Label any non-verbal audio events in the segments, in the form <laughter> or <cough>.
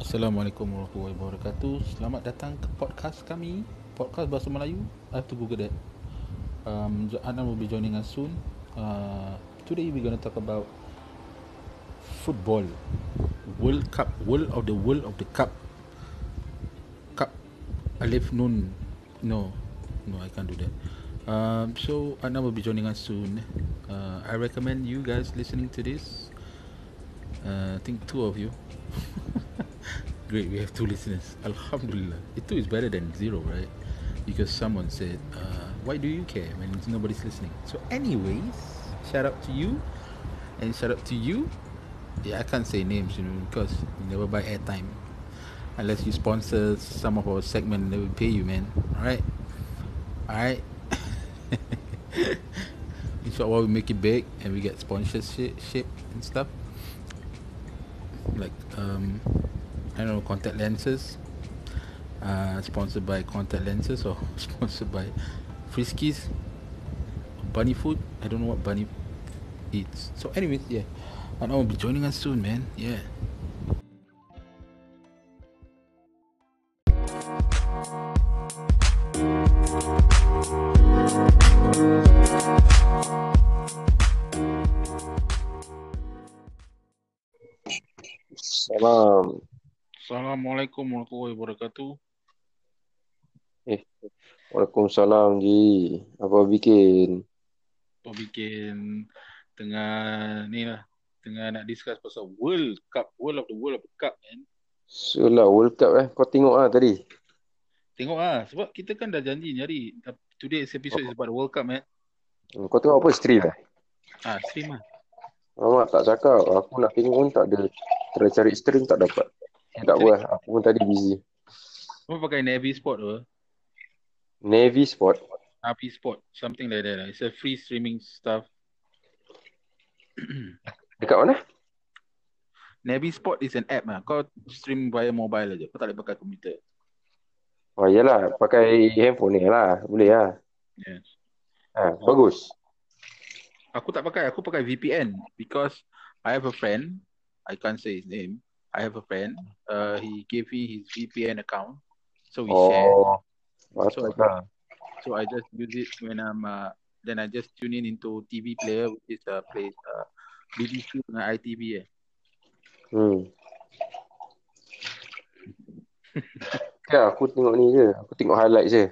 Assalamualaikum warahmatullahi wabarakatuh. Selamat datang ke podcast kami, podcast bahasa Melayu. I have to Google that. Um, Jo- Anan will be joining us soon. Uh, today we're going to talk about football, World Cup, World of the World of the Cup. Cup Alif Nun. No, no, I can't do that. Um, so Anna will be joining us soon. Uh, I recommend you guys listening to this. Uh, I think two of you. <laughs> Great, we have two listeners. Alhamdulillah. It two is better than zero, right? Because someone said, uh, why do you care when nobody's listening? So, anyways, shout out to you and shout out to you. Yeah, I can't say names, you know, because you never buy airtime. Unless you sponsor some of our segment, they will pay you, man. Alright? Alright? <laughs> Inshallah, we make it big and we get sponsorship ship and stuff. Like, um, I don't know, contact lenses. Uh, sponsored by contact lenses or <laughs> sponsored by Friskies. Bunny food. I don't know what bunny eats. So, anyways, yeah. And I will be joining us soon, man. Yeah. Salam. Assalamualaikum warahmatullahi wabarakatuh. Waalaikumsalam Ji. Apa bikin? Kau bikin tengah ni lah. Tengah nak discuss pasal World Cup. World of the World of the Cup, man. Sulah World Cup eh. Kau tengok lah tadi. Tengok lah. Sebab kita kan dah janji ni hari. Today's episode is about the World Cup, man. Hmm, Kau tengok apa stream eh? Ah, stream lah. Alamak tak cakap. Aku nak tengok pun tak ada. Try cari stream tak dapat. Tak apa lah. Aku pun tadi busy. Kau pakai Navy Sport apa? Navy Sport. Navi Sport. Something like that lah. It's a free streaming stuff. Dekat mana? Navy Sport is an app lah. Kau stream via mobile aja. Kau tak boleh pakai komputer. Oh iyalah. Pakai handphone ni lah. Boleh lah. Yes. Ha, bagus. Aku tak pakai. Aku pakai VPN because I have a friend. I can't say his name. I have a friend. Uh, he gave me his VPN account. So we share. Oh. Mantap lah. So I just use it when I'm uh, then I just tune in into TV player which is uh, play uh, BBC dengan ITV eh. Hmm. <laughs> Ya, aku tengok ni je. Aku tengok highlight je.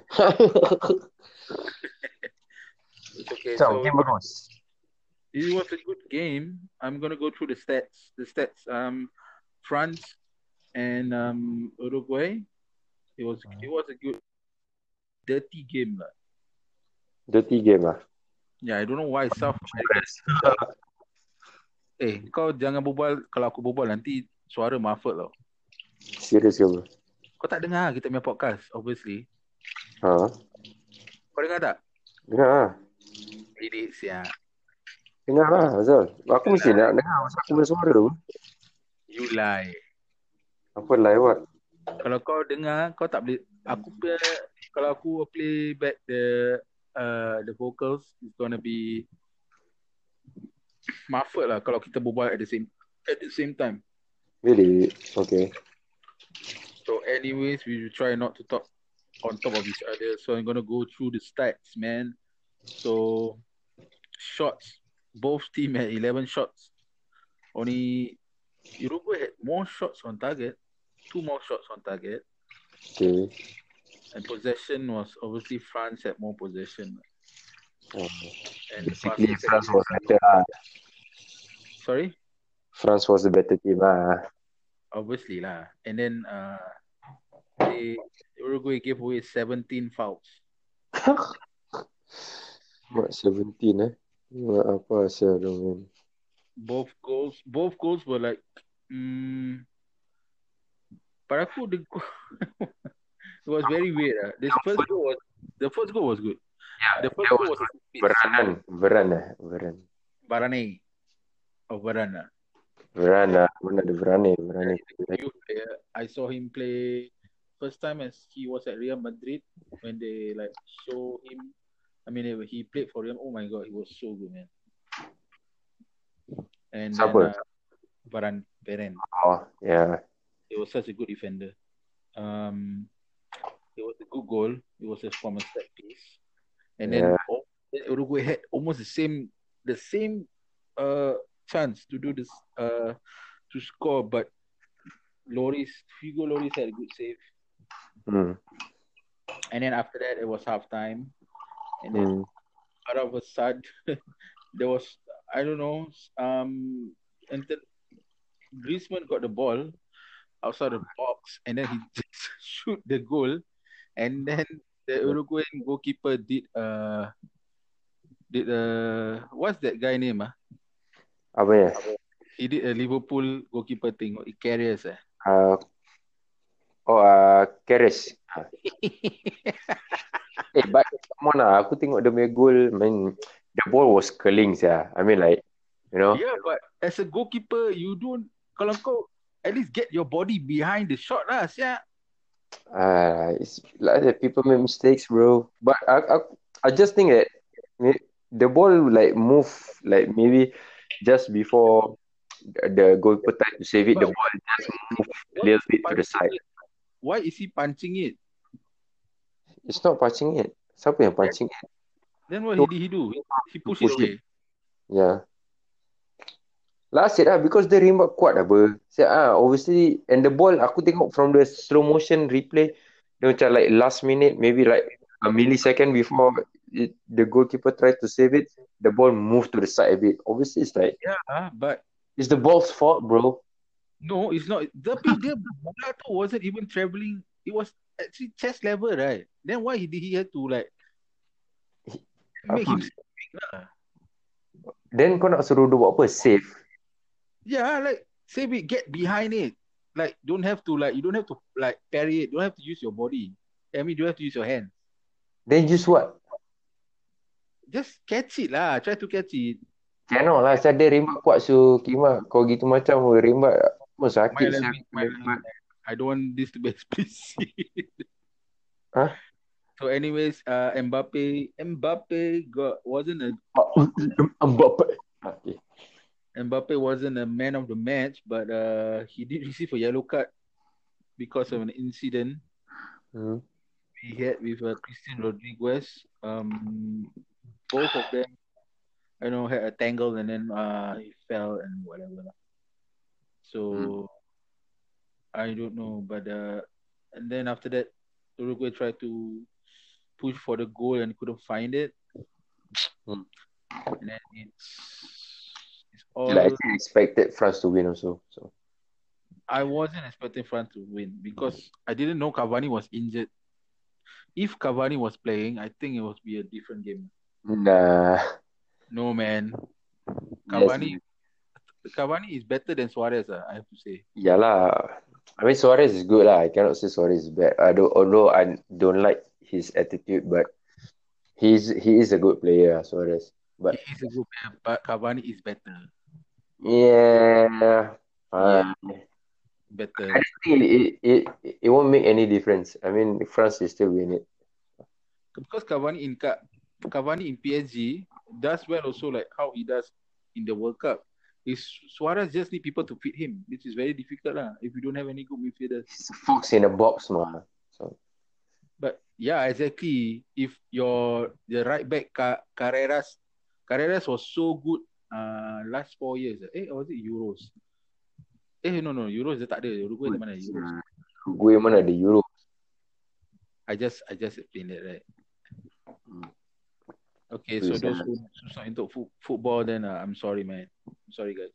Okay, Macam game bagus. It was a good game. I'm gonna go through the stats. The stats. Um, France and um Uruguay. It was it was a good dirty game lah. Dirty game lah. Yeah, I don't know why South America. Eh, kau jangan berbual kalau aku berbual nanti suara muffled tau. Serius ke apa? Kau tak dengar kita punya podcast, obviously. Ha. Kau dengar tak? Dengar lah. Ini siap. Dengar lah Azal. Aku mesti nak dengar masa aku punya suara tu. You lie. Apa live what? Kalau kau dengar, kau tak boleh. Aku punya, kalau aku play back the uh, the vocals, it's gonna be muffled lah kalau kita berbual at the same at the same time. Really? Okay. So anyways, we will try not to talk on top of each other. So I'm gonna go through the stats, man. So shots, both team had 11 shots. Only Uruguay had more shots on target, two more shots on target, Okay. and possession was obviously France had more possession. Oh. And Basically passes- France was better lah. sorry, France was the better team lah. obviously lah. And then uh, they Uruguay gave away 17 fouls. Mat 17 eh. Mat apa asal tu man. both goals both goals were like mm, but aku the goal <laughs> it was very weird ah. This first goal was the first goal was good. The first goal was Beranan. Beran lah. Beran. Barane or Barana. Beran lah. Mana ada berani. Berani. Youth player. I saw him play first time as he was at Real Madrid when they like show him. I mean, he played for Real. Oh my god, he was so good, man. And Siapa? then, uh, Baran Beren. Oh. Yeah. He was such a good defender. Um, it was a good goal. It was a from a set piece, and then Yeah. all- then Uruguay had almost the same the same uh chance to do this uh to score, but Loris Hugo Loris had a good save, Hmm. and then after that it was half time, and then Hmm. out of a sudden <laughs> there was I don't know um and then Griezmann got the ball outside the box and then he <laughs> just shoot the goal and then the Uruguayan goalkeeper did uh did uh what's that guy name ah Apa ya? he did a Liverpool goalkeeper thing he carries eh Uh, oh, uh, Keres. Eh, but come on lah. Aku tengok dia punya goal. Man, the ball was curling sia. I mean like, you know. yeah but as a goalkeeper you don't kalau kau at least get your body behind the shot lah yeah Uh, it's like that people make mistakes, bro. But I, I, I just think that may- the ball like move like maybe just before the the goalkeeper tried to save it, the ball just move a little bit to the side. why is he punching it It's not punching it. Siapa yang punching it? Then what No. did he do? He, he pushed it Push away. Yeah. Ya. Last it lah because the remote kuat lah ber. So, ah, obviously and the ball aku tengok from the slow motion replay dia macam like last minute maybe like a millisecond before it, the goalkeeper tried to save it the ball moved to the side a bit. Obviously it's like Ah, but it's the ball's fault bro. no, it's not. The <laughs> big the bola tu wasn't even traveling. It was actually chest level, right? Then why he did he had to like make him? Then kau nak suruh dia buat apa? Save. Yeah, like save it, get behind it. Like don't have to like you don't have to like parry it. Don't have to use your body. I mean, you don't have to use your hand. Then just what? Just catch it lah. Try to catch it. Cannot lah. Saya ada rembat kuat so Kima. Kau gitu macam oh, rembat. Mau My sakit. left, sia. my left. I don't want this to be <laughs> explicit. Huh? So, anyways, uh, Mbappe, Mbappe got wasn't a Mbappe. Okay. Mbappe wasn't a man of the match, but uh, he did receive a yellow card because of an incident Hmm. he had with uh, Christian Rodriguez. Um, both of them, I know, had a tangle and then uh, he fell and whatever. lah. Hmm. So I don't know, but uh, and then after that, Uruguay tried to push for the goal and couldn't find it. Hmm. And then it's it's all. Like, I actually expected France to win also. So I wasn't expecting France to win because I didn't know Cavani was injured. If Cavani was playing, I think it would be a different game. nah. No man, Cavani Yes. Cavani is better than Suarez. ah, I have to say. Yalah. I mean Suarez is good lah. I cannot say Suarez is bad. I don't, although I don't like his attitude, but he's he is a good player, ah, Suarez. But He is a good player, but Cavani is better. yeah, uh, Better. I think it, it it it won't make any difference. I mean France is still win it. Because Cavani in Ca- Cavani in PSG does well also like how he does in the World Cup. Is Suarez just need people to fit him, which is very difficult lah. If you don't have any good midfielders. It's a fox in a box, man. So But yeah, exactly. If your the right back Ca- Carreras, Carreras was so good uh, last four years. Eh, or was it Euros? Eh, no no Euros dia tak ada. Uruguay di mana Euros? gue mana ada Euro. I just I just explained that right. Hmm. Okay, so Please, those yeah. who who's not into fo- football, then uh, I'm sorry, man. I'm sorry, guys.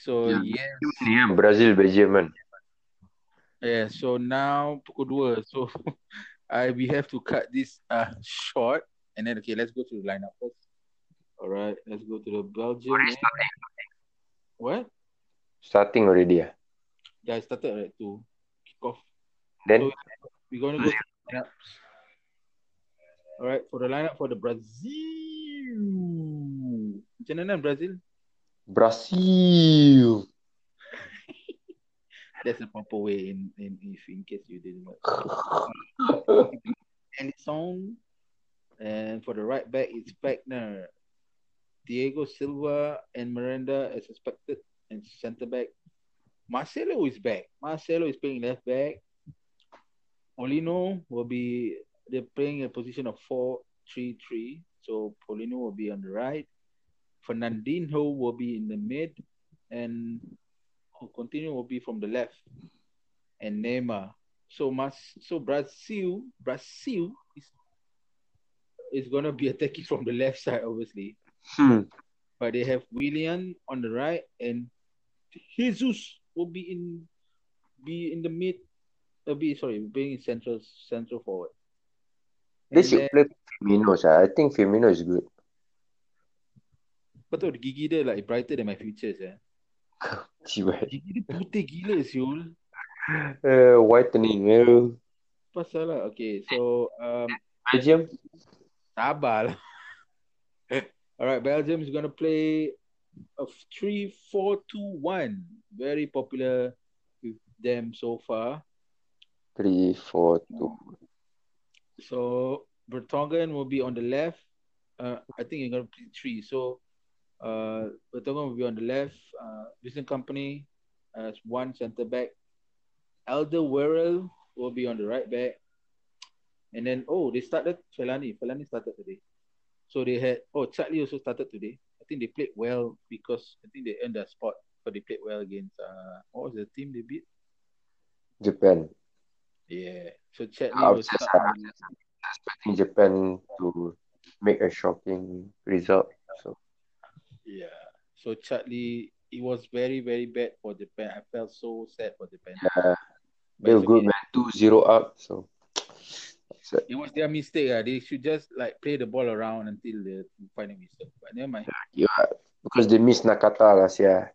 So Yeah. yeah, Yeah, Brazil, Belgium man. yeah. So now pukul 2. So <laughs> I we have to cut this uh short, and then okay, let's go to the lineup first. All right, let's go to the Belgium. What? Starting already. ah. Yeah, I started right to kick off. Then We're gonna go to the lineup. All right, for the lineup for the Brazil. Macam mana Brazil? Brazil. That's the proper way in in if in case you didn't know. Alisson. And for the right back, it's Wagner. Diego Silva and Miranda as expected. And center back, Marcelo is back. Marcelo is playing left back. Olino will be they're playing a position of 4-3-3. So Polino will be on the right. Fernandinho will be in the mid and continue will be from the left. And Neymar. So Mas so Brazil Brazil is is gonna be <laughs> attacking from the left side obviously. Hmm. But they have William on the right and Jesus will be in be in the mid uh, be sorry, being in central central forward. They And should then- play Firmino. sia. I think Firmino is good. <laughs> Kau tahu gigi dia like brighter than my future eh. Cibat. Gigi dia putih gila siul. Uh, whitening. Uh, Pasal lah. Okay, so um, Belgium. sabar <laughs> lah. Alright, Belgium is going to play a 3-4-2-1. Very popular with them so far. Three, four, two. So Bertongan will be on the left. Uh, I think you're gonna play three. So uh, Bertongan will be on the left. Uh, Vincent Company as one centre back. Elder Werrell will be on the right back. And then oh they started Felani. Felani started today. So they had oh Charlie also started today. I think they played well because I think they earned their spot. But they played well against uh what was the team they beat? Japan. Yeah. Oh, So Charlie I will was just, start I was just expecting Japan to make a shocking result. So Yeah. So Charlie, it was very very bad for Japan. I felt so sad for Japan. yeah, But they were it's good, okay. man. Two zero up. So upset. It was their mistake. ah. They should just like play the ball around until the final whistle. But never mind. yeah, because they missed Nakata last year.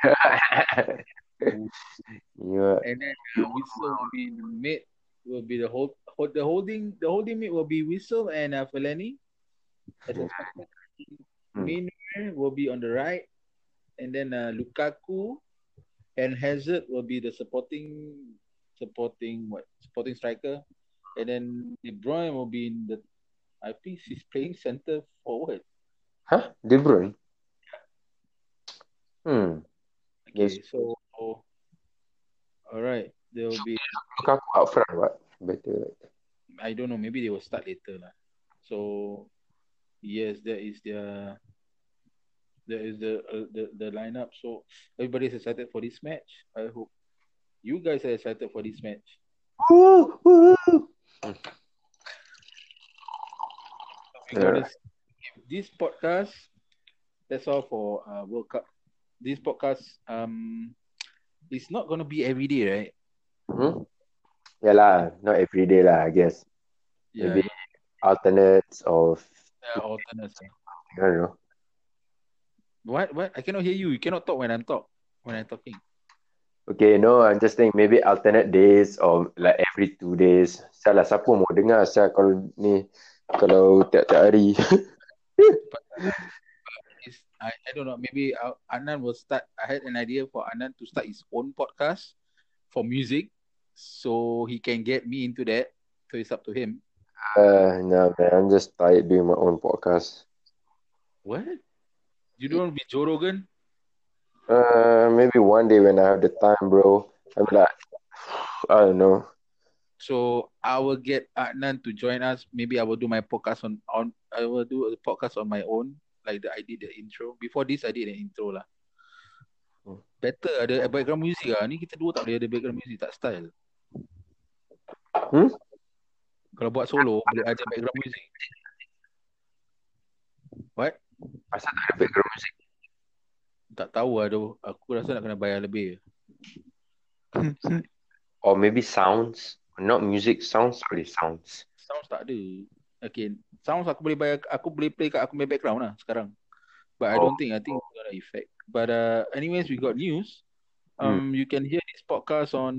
<laughs> <laughs> yeah. And then uh, whistle will be in the mid. Will be the hold, hold the holding the holding mid will be whistle and uh, Fellaini. As expected. Hmm. Minor will be on the right, and then uh, Lukaku and Hazard will be the supporting supporting what supporting striker, and then De Bruyne will be in the. I think she's playing center forward. Huh? De Bruyne? Hmm. Yes. Okay, so all right, there will be. Lukaku out front, what? Better. I don't know. Maybe they will start later lah. So yes, that is their that is the uh, the the lineup. So everybody's excited for this match. I hope you guys are excited for this match. Woo, woo. We're gonna skip this podcast. That's all for uh, World Cup. This podcast um it's not gonna be every day, right? Hmm? Yeah lah, not every day lah, I guess. Maybe alternates of, Yeah, alternate. I don't know. What what? I cannot hear you. You cannot talk when I'm talk when I'm talking. Okay, no, I'm just saying maybe alternate days or like every two days. Salah, siapa mau dengar saya kalau ni, kalau tiap-tiap hari. <laughs> It's, I, I don't know. Maybe uh, Anand will start. I had an idea for Anand to start his own podcast for music, so he can get me into that. So it's up to him. Uh, no, man, I'm just tired doing my own podcast. What? You don't want to be Joe Rogan? Uh, maybe one day when I have the time, bro. I'm like, <sighs> I don't know. So I will get Adnan to join us. Maybe I will do my podcast on on I will do a podcast on my own, like the, I did the intro. Before this, I did an intro lah. Hmm. Better ada background music lah. Ni kita dua tak boleh ada background music, tak style. Hmm? Kalau buat solo, boleh ada background music. Asal tak ada background music? Tak tahu lah tu. Aku rasa nak kena bayar lebih. Or maybe sounds. Not music, sounds. Sorry, sounds. Sounds tak ada. Okay. Sounds aku boleh bayar, aku boleh play kat aku punya background lah sekarang. But I Oh. don't think, I think it's gonna effect. But uh, anyways, we got news. Um, You can hear this podcast on,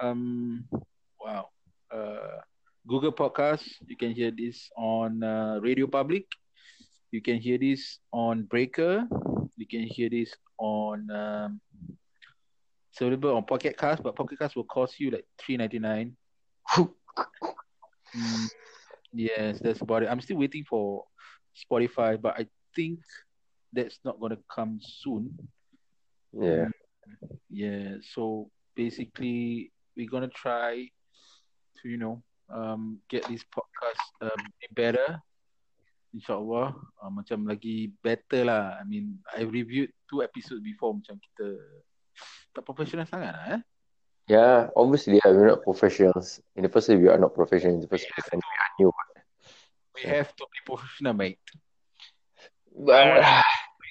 um, wow, uh, Google Podcast. You can hear this on uh, Radio Public. You can hear this on Breaker. You can hear this on um, it's available on Pocket Cast, but Pocket Cast will cost you like three ninety nine. Mm, yes, that's about it. I'm still waiting for Spotify, but I think that's not going to come soon. Yeah. Yeah. So basically, we're going to try to, you know, um, get this podcast um, be better. InsyaAllah uh, Macam lagi better lah I mean I reviewed two episodes before Macam kita Tak professional sangat lah eh Yeah, Ya, obviously yeah, we're not professionals. In the first place, we are not professional. In the first place, <sighs> and we are new. We have to be professional mate But,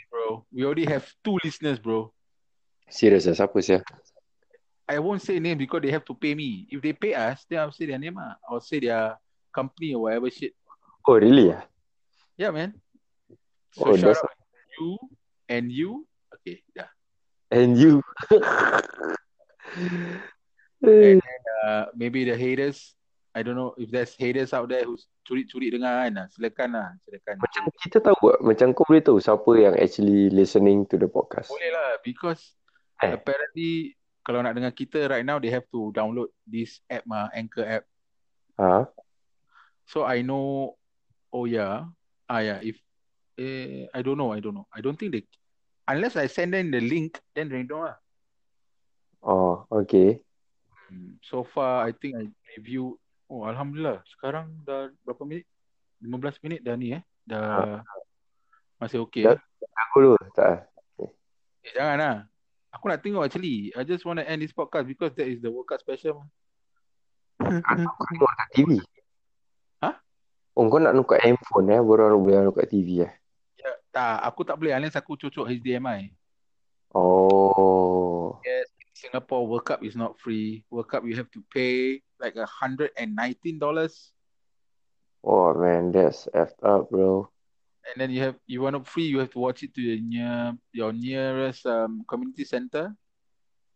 Bro We already have two listeners bro serious lah, siapa sih? I won't say name because they have to pay me If they pay us Then I'll say their name lah I'll say their company or whatever shit Oh, really ah? Yeah man So Oh, shout that's- out you And you Okay dah And you. <laughs> And Eh, then, uh, maybe the haters, I don't know if there's haters out there who's curi-curi dengar kan. ah, Silakan lah, silakan. macam kita tahu tak? Macam kau boleh tahu siapa yang actually listening to the podcast. Boleh lah because Eh. apparently kalau nak dengar kita right now they have to download this app mah, Anchor app. Ha? So I know oh yeah. Ah yeah, if eh, I don't know, I don't know. I don't think they unless I send them the link then they know lah. Oh, okay. Hmm, So far I think I review oh alhamdulillah sekarang dah berapa minit? 15 minit dah ni eh. Dah masih okay. Dah- Aku dulu tak. Eh, jangan lah. Aku nak tengok actually. I just want to end this podcast because that is the workout special. Tengok kat TV. Ha? Oh, kau nak nukat handphone eh, baru boleh nukat TV eh. ya, tak, aku tak boleh unless aku cucuk HDMI. Oh. Yes. Singapore World Cup is not free. World Cup you have to pay like a hundred and nineteen dollars, Oh man, that's effed up, bro. and then you have you want to free you have to watch it to your near your nearest um community center.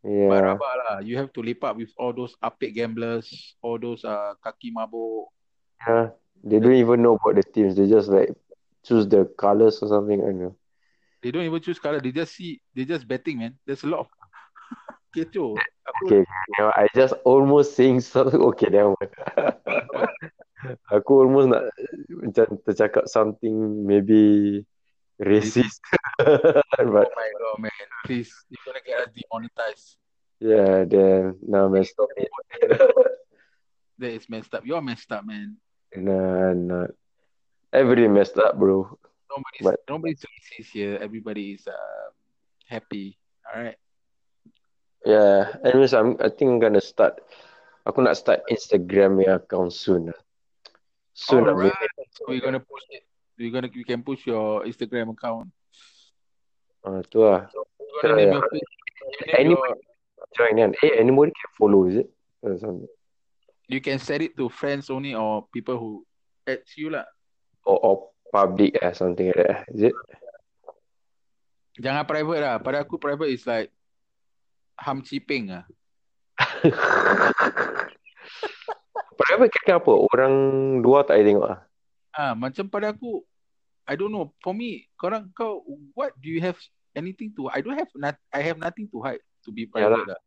But Yeah. rabak lah, you have to lepak with all those update gamblers, all those uh kaki mabuk. Yeah. They don't even know about the teams. They just like choose the colors or something. I don't know. They don't even choose color. They just see. They just betting, man. There's a lot of <laughs> kecoh. Aku Okay, You know, I just almost saying <laughs> something. Okay, never mind. <laughs> Aku almost nak macam tercakap something maybe racist. <laughs> Oh But my god, man! Please, you're gonna get us demonetized. yeah, then no man, stop <laughs> it. That is messed up. You're messed up, man. Nah, nah. Everybody messed up, bro. Nobody's But- nobody's racist here. Everybody is uh, happy. All right. Yeah, anyways, Ya, I'm, I think I'm gonna start. Aku nak start Instagram punya account soon. lah. Soon lah, Alright. maybe. So we're gonna push it. We're gonna you can push your Instagram account. Ah, tu lah. We're gonna name your page. Name Anybody- your- Join kan. Eh, anybody can follow, is it? Or something. you can set it to friends only or people who adds you lah. Or, or public eh, something like that. eh, Is it? <laughs> Jangan private lah. Pada aku private is like ham chipping ah. Private kan apa? Orang luar tak payah tengok lah. Ah, macam pada aku, I don't know. For me, korang kau, what do you have anything to? I don't have not. I have nothing to hide. To be private lah.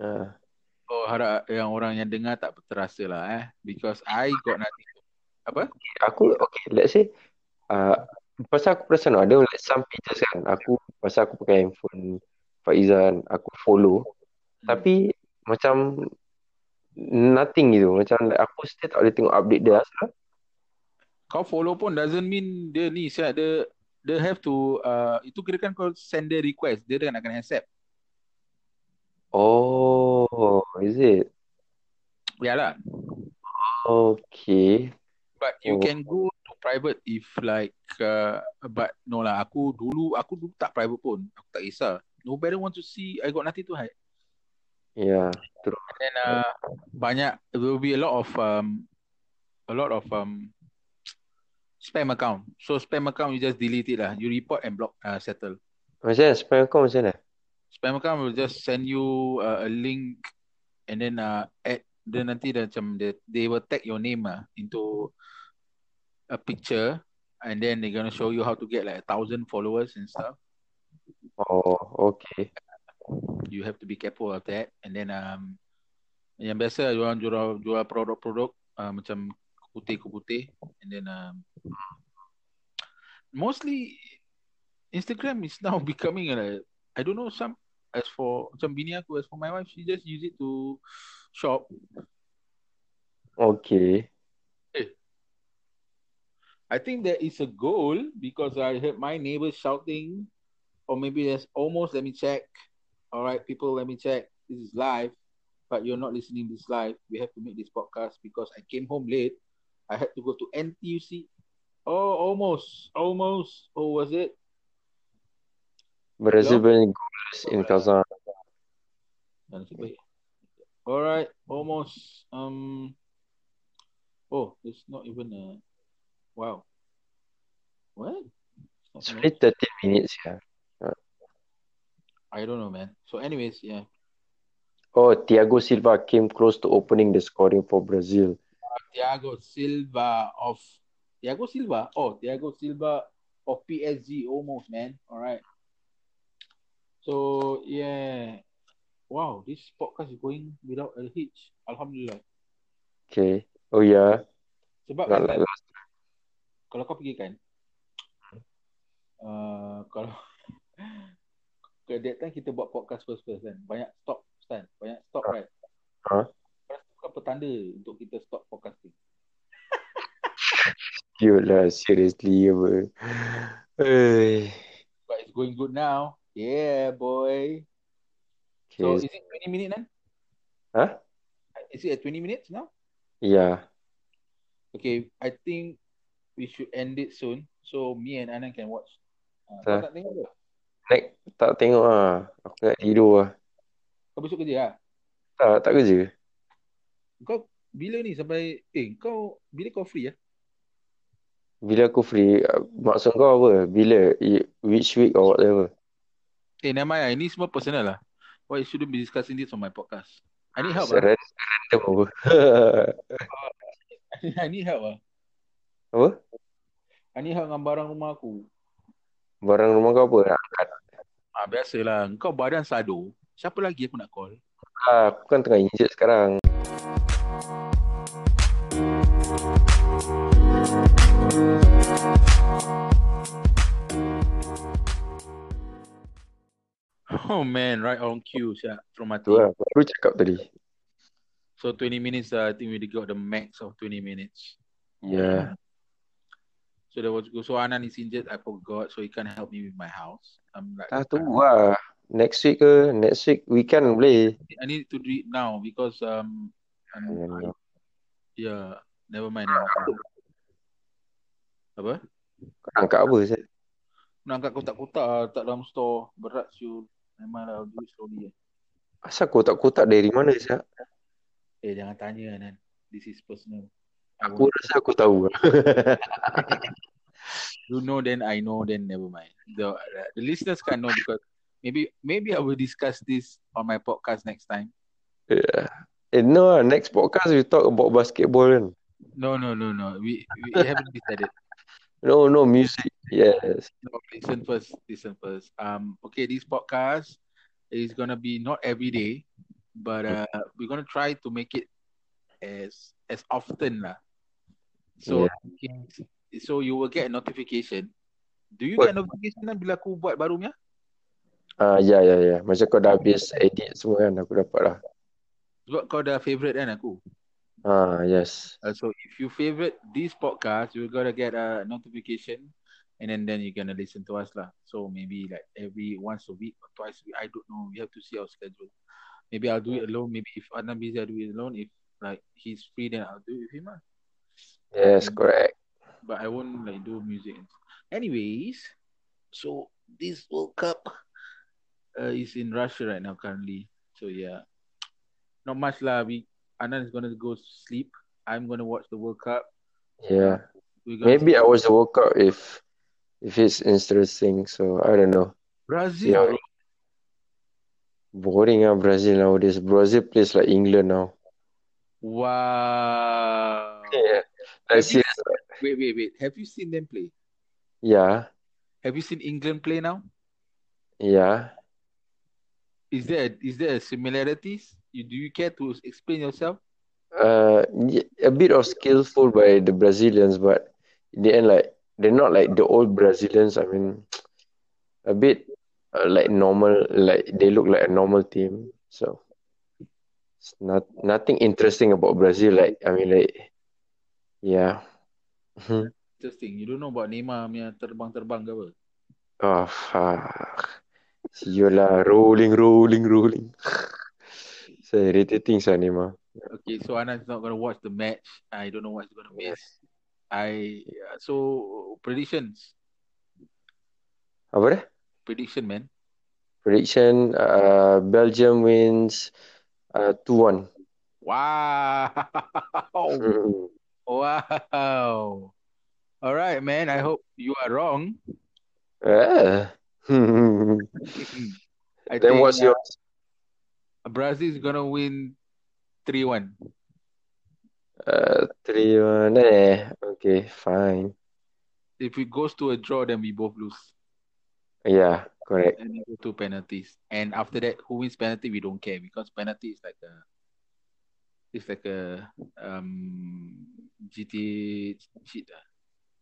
Ah. Oh, harap yang orang yang dengar tak terasa lah eh. Because I got nothing. To, apa? Aku, okay, let's say uh, pasal aku perasan ada like some pages kan. Aku, pasal aku pakai handphone Faizan, aku follow. Tapi macam nothing gitu. Macam like, aku still tak boleh tengok update dia. Asal Kau follow pun doesn't mean dia ni siap dia dia have to uh, itu kira kan kau send dia request dia kan akan akan accept. Oh, is it? Yalah. Okay. Ya lah. But you Oh. can go to private if like uh, but no lah aku dulu aku dulu tak private pun. Aku tak kisah. Nobody want to see I got nothing to hide. Yeah. And then uh, banyak there will be a lot of um, a lot of um, spam account. So spam account you just delete it lah. You report and block uh, settle. Macam mana? Spam account macam mana? Spam account will just send you uh, a link and then uh, add then nanti dia macam they, they will tag your name ah into a picture and then they're gonna show you how to get like a thousand followers and stuff. Oh, okay. You have to be careful of that. And then um, yang biasa lah, jual jual jual produk-produk uh, macam putih-putih and then um, mostly Instagram is now <laughs> becoming like I don't know some as for macam bini aku as for my wife she just use it to shop. Okay. I think there is a goal because I heard my neighbors shouting or maybe there's almost let me check. All right people let me check. This is live but you're not listening this live. We have to make this podcast because I came home late. I had to go to NTUC. Oh, almost, almost. Oh, was it? Brazil burning goals in Kazan. Dan nasib baik. Alright, almost. Um. Oh, it's not even a. Wow. What? It's It's not only 30 minutes ya. yeah. I don't know, man. So, anyways, yeah. Oh, Thiago Silva came close to opening the scoring for Brazil. Thiago Silva of Thiago Silva. Oh, Thiago Silva of PSG almost, man. All right. So yeah. Wow, this podcast is going without a hitch. Alhamdulillah. Okay. Oh yeah. Sebab kan, Not like last. kalau kau pergi kan, uh, kalau <laughs> ke that time kita buat podcast first-first kan, banyak stop kan, banyak stop right. Ha. Lepas tu kau petanda untuk kita stop podcasting. Dude lah, seriously. ya, bro. <sighs> Eh. But it's going good now. Yeah, boy. So is Okay. it 20 minutes then? Huh? Is it at 20 minutes now? Yeah. Okay, I think we should end it soon. So me and Anan can watch. Uh, kau Sah. tak tengok ke? Next, tak tengok ah. Aku nak tidur ah. Kau besok kerja lah. Tak, tak kerja. Kau bila ni sampai, eh kau, bila kau free lah? Bila aku free, ah, maksud kau apa? Bila? I- Which week or whatever? Eh, nama lah. Ini semua personal lah. Why you shouldn't be discussing this on my podcast? I need help lah. Random apa? <laughs> <laughs> I need help lah. Apa? I need help dengan barang rumah aku. Barang rumah kau apa? Nak angkat. Ah, biasalah. Kau badan sado. Siapa lagi aku nak call? <laughs> Ah, aku kan tengah injet sekarang. Oh man, right on cue. Siap, Tu traumatik. lah. Baru cakap tadi. So 20 minutes lah. I think we got the max of 20 minutes. Ya. Yeah. So there was so Anan is injured. I forgot, so he can't help me with my house. I'm like, Dah tunggu lah. Next week ke? Next week weekend boleh. I need to do it now because um, um, Jangan lah. yeah, never mind. never mind. Apa? Kau nak angkat apa? Zed? Nak angkat kotak-kotak lah, tak dalam store berat siul. Memang lah, I'll do it slowly. eh. Asal kotak-kotak dari mana? Zed? Eh, jangan tanya Anan. This is personal. I Aku won't. rasa aku tahu. lah. <laughs> You know, then I know, then never mind. The, the listeners can't know because maybe maybe I will discuss this on my podcast next time. Yeah. Eh, no lah. Next podcast we talk about basketball kan. No, no, no, no. We we haven't decided. No, no, music. Yes. No, listen first. Listen first. Um, okay, this podcast is gonna be not every day, but uh, we're gonna try to make it as as often lah. So so you will get a notification. Do you get notification lah bila aku buat baru punya? Ah, ya, ya, ya. Macam kau dah habis edit semua kan, aku dapat lah. Sebab kau dah favorite kan aku. Ah, yes. Uh, so if you favorite this podcast, you're gonna get a notification, and then then you're gonna listen to us lah. So maybe like every once a week or twice a week, I don't know. We have to see our schedule. Maybe I'll do it alone. Maybe if Adnan busy, I'll do it alone. If like he's free, then I'll do it with him. lah. Yes, correct. But I won't like do music. Anyways, so this World Cup uh, is in Russia right now currently. So yeah, not much lah. We Adnan is gonna go sleep. I'm gonna watch the World Cup. Yeah. We're gonna Ya. Maybe I was woke up if if it's interesting. So I don't know. Brazil, Yeah. bro. Boring ah Brazil nowadays. Brazil plays like England now. Wow. Yeah. Like Have you- serious. Wait, wait, wait. Have you seen them play? Yeah. Have you seen England play now? Yeah. Is there is there similarities? You, do you care to explain yourself? Uh, y- a bit of skillful by the Brazilians, but in the end, like they're not like the old Brazilians. I mean, a bit uh, like normal, like they look like a normal team. So it's not nothing interesting about Brazil. Like I mean, like yeah, Mhm. Interesting. You don't know about Neymar punya terbang-terbang ke apa? <laughs> oh fuck, see you lah, rolling, rolling, rolling. <laughs> so irritating, Sanima. Okay, so Anan's not gonna watch the match. I don't know what's gonna miss. I uh, so predictions, Apa dia? prediction man. Prediction: uh, Belgium wins uh, two one. Wow, wow. All right, man. I hope you are wrong. Yeah. I then think what's your uh, Brazil is gonna win three one. uh, three one? Eh, okay, fine. If it goes to a draw, then we both lose, Yeah, correct. and we go to penalties. And after that, who wins penalty, we don't care because penalty is like a, it's like a um GT cheat. ah.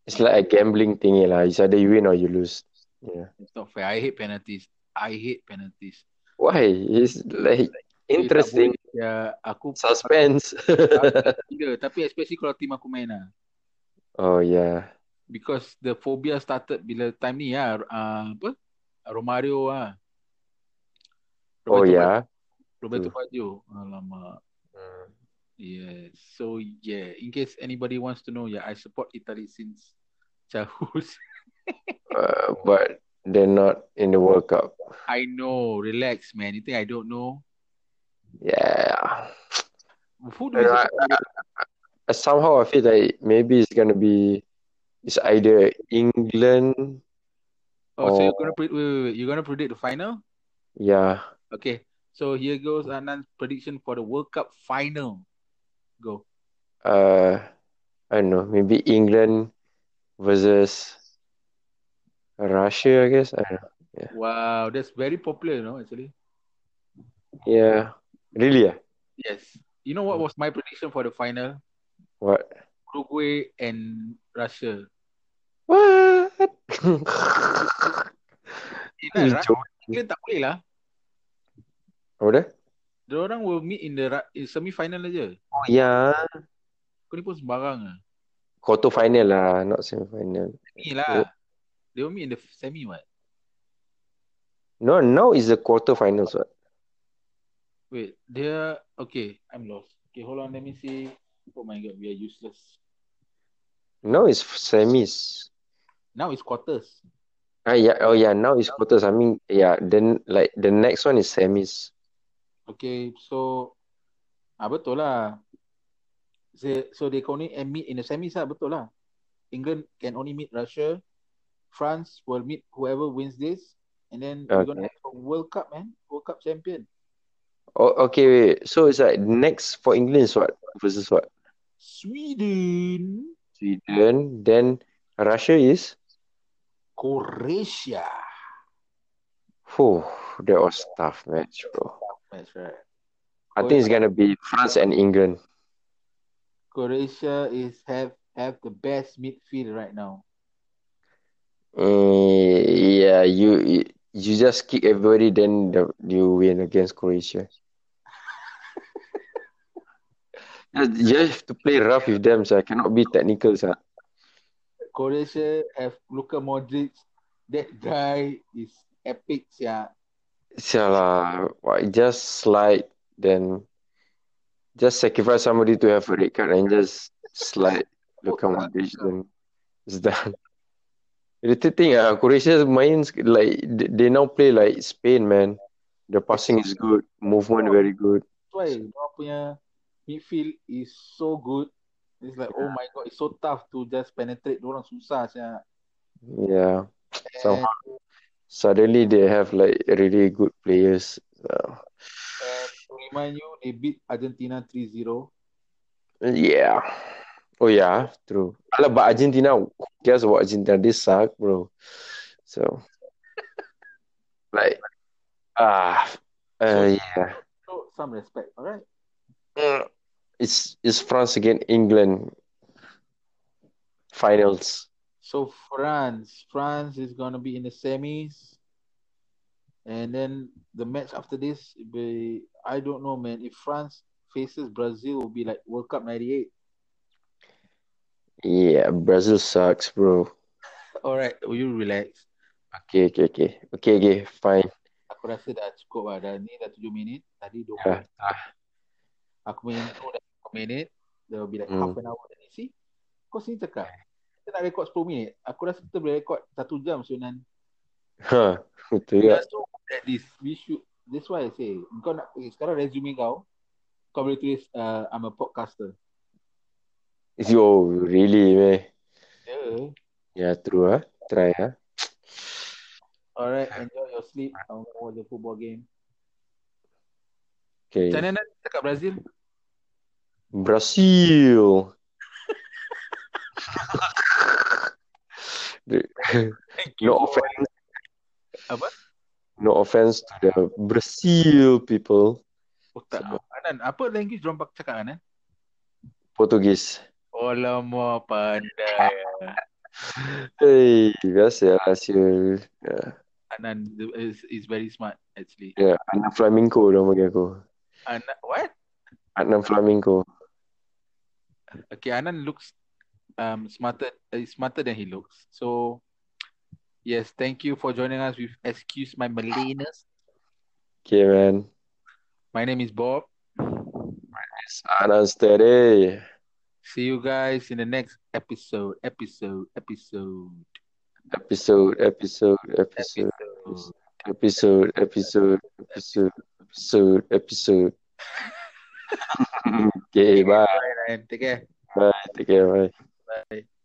It's like a gambling thingy lah. It's either you win or you lose. Yeah. It's not fair. I hate penalties. I hate penalties. Why? It's like interesting Ya, <laughs> aku suspense. gila. Tapi especially kalau team aku main lah. oh yeah. Because the phobia started bila time ni lah. Uh, apa? Romario ah. lah. Oh Roberto yeah. Baggio- Roberto True. Baggio. Alamak. Yeah. So yeah. In case anybody wants to know, yeah, I support Italy since childhood. <laughs> Uh, but they're not in the World Cup. I know. Relax, man. You think I don't know? Yeah. Who do You you know, I, I- somehow I feel like maybe it's gonna be it's either England. Oh, so you're gonna predict? Wait, wait, wait. You're gonna predict the final? Yeah. Okay, so here goes Anand's prediction for the World Cup final. Go. Uh, I don't know. Maybe England versus Russia. I guess. I don't know. Wow, that's very popular, you know, actually. Yeah. Really? ah? Yeah. Yes. You know what was my prediction for the final? Hmm. What? Uruguay and Russia. What? <laughs> Eh, You nah, Russia joke. England tak boleh lah. Apa dia? Diorang will meet in the ra- in semi-final aja. Oh yeah. Kau ni pun sembarang lah. Quarter final lah, ah, not semi final. Ni lah. They will meet in the semi what? No, now is the quarter finals. What? Wait, dia... Okay, I'm lost. Okay, hold on. Let me see. Oh my God, we are useless. Now is semis. Now it's quarters. Ah yeah, oh yeah, now is quarters. I mean, yeah, then like the next one is semis. Okay, so ah betul lah. So, so they can only meet in the semis lah, betul lah. England can only meet Russia. France will meet whoever wins this. And then we're gonna have a World Cup, man. World Cup champion. Oh, okay, wait. So it's like next for England is what versus what? Sweden, Sweden. Then Russia is. Croatia. Whew, that was tough match, bro. That's right. I think it's gonna be France and England. Croatia is have have the best midfield right now. Eh, yeah, you you just kick everybody, then the, you win against Croatia. <laughs> Just- You have to play rough with them, so I cannot be technical, sir. Croatia have Luka Modric. That guy is epic, yeah. Sialah, why- just slide, then just sacrifice somebody to have a red card and just slide. Look how much then it's done. <laughs> Irritating ah, Croatia main sk- like they they now play like Spain, man. The passing is good, movement very good. That's why dia punya midfield is so good. It's like oh my god, it's so tough to just penetrate. Orang susah sia. Yeah. And, Somehow. suddenly they have like really good players. Uh, and to remind you, they beat Argentina 3-0. yeah. Oh yeah, true. Alah, but Argentina, who cares about Argentina? They suck, bro. So, <laughs> like, ah, uh, yeah. So some respect, alright? Mm. It's it's France against England finals. So France, France is gonna be in the semis. And then the match after this, it'll be, I don't know, man. If France faces Brazil, will be like World Cup '98. Yeah, Brazil sucks, bro. All right, will you relax? Okay, okay, okay. Okay, okay, fine. Aku rasa dah cukup lah. Dah ni dah 7 minit. Tadi 20 Ah, minit. Aku punya intro dah 10 minit. There will be like Hmm. half an hour tadi. See? Kau sini cakap. Kita nak record 10 minit. Aku rasa kita boleh record 1 jam sebenarnya. Ha, <laughs> betul We juga. are so good at this. We should. That's why I say. Kau nak, okay, sekarang resume kau. Kau boleh tulis, uh, I'm a podcaster. Yo, oh, really, man. Yeah. Yeah, true, ah. Try, ah. Alright, enjoy your sleep. I'm gonna watch the football game. Okay. Macam mana nak cakap Brazil? Brazil. no offense. Apa? No offense to the Brazil people. Oh, tak. Anan, apa language diorang pak- cakap Anan? Portuguese. Alamak, Oh, pandai. Hey, biasa lah hasil. Anan is, is very smart actually. Ya, anak flamingo dia orang panggil aku. Anan, what? Anak flamingo. Okay, Anan looks um smarter uh, smarter than he looks. So yes, thank you for joining us with Excuse My Malayness. Okay, man. My name is Bob. It's Anas Tere. See you guys in the next episode. Episode. Episode. Episode, episode, episode, Episode. episode, episode, episode, episode, episode. <laughs> okay, bye. All right, Anan. Take care. Bye. Take care. Bye. Bye.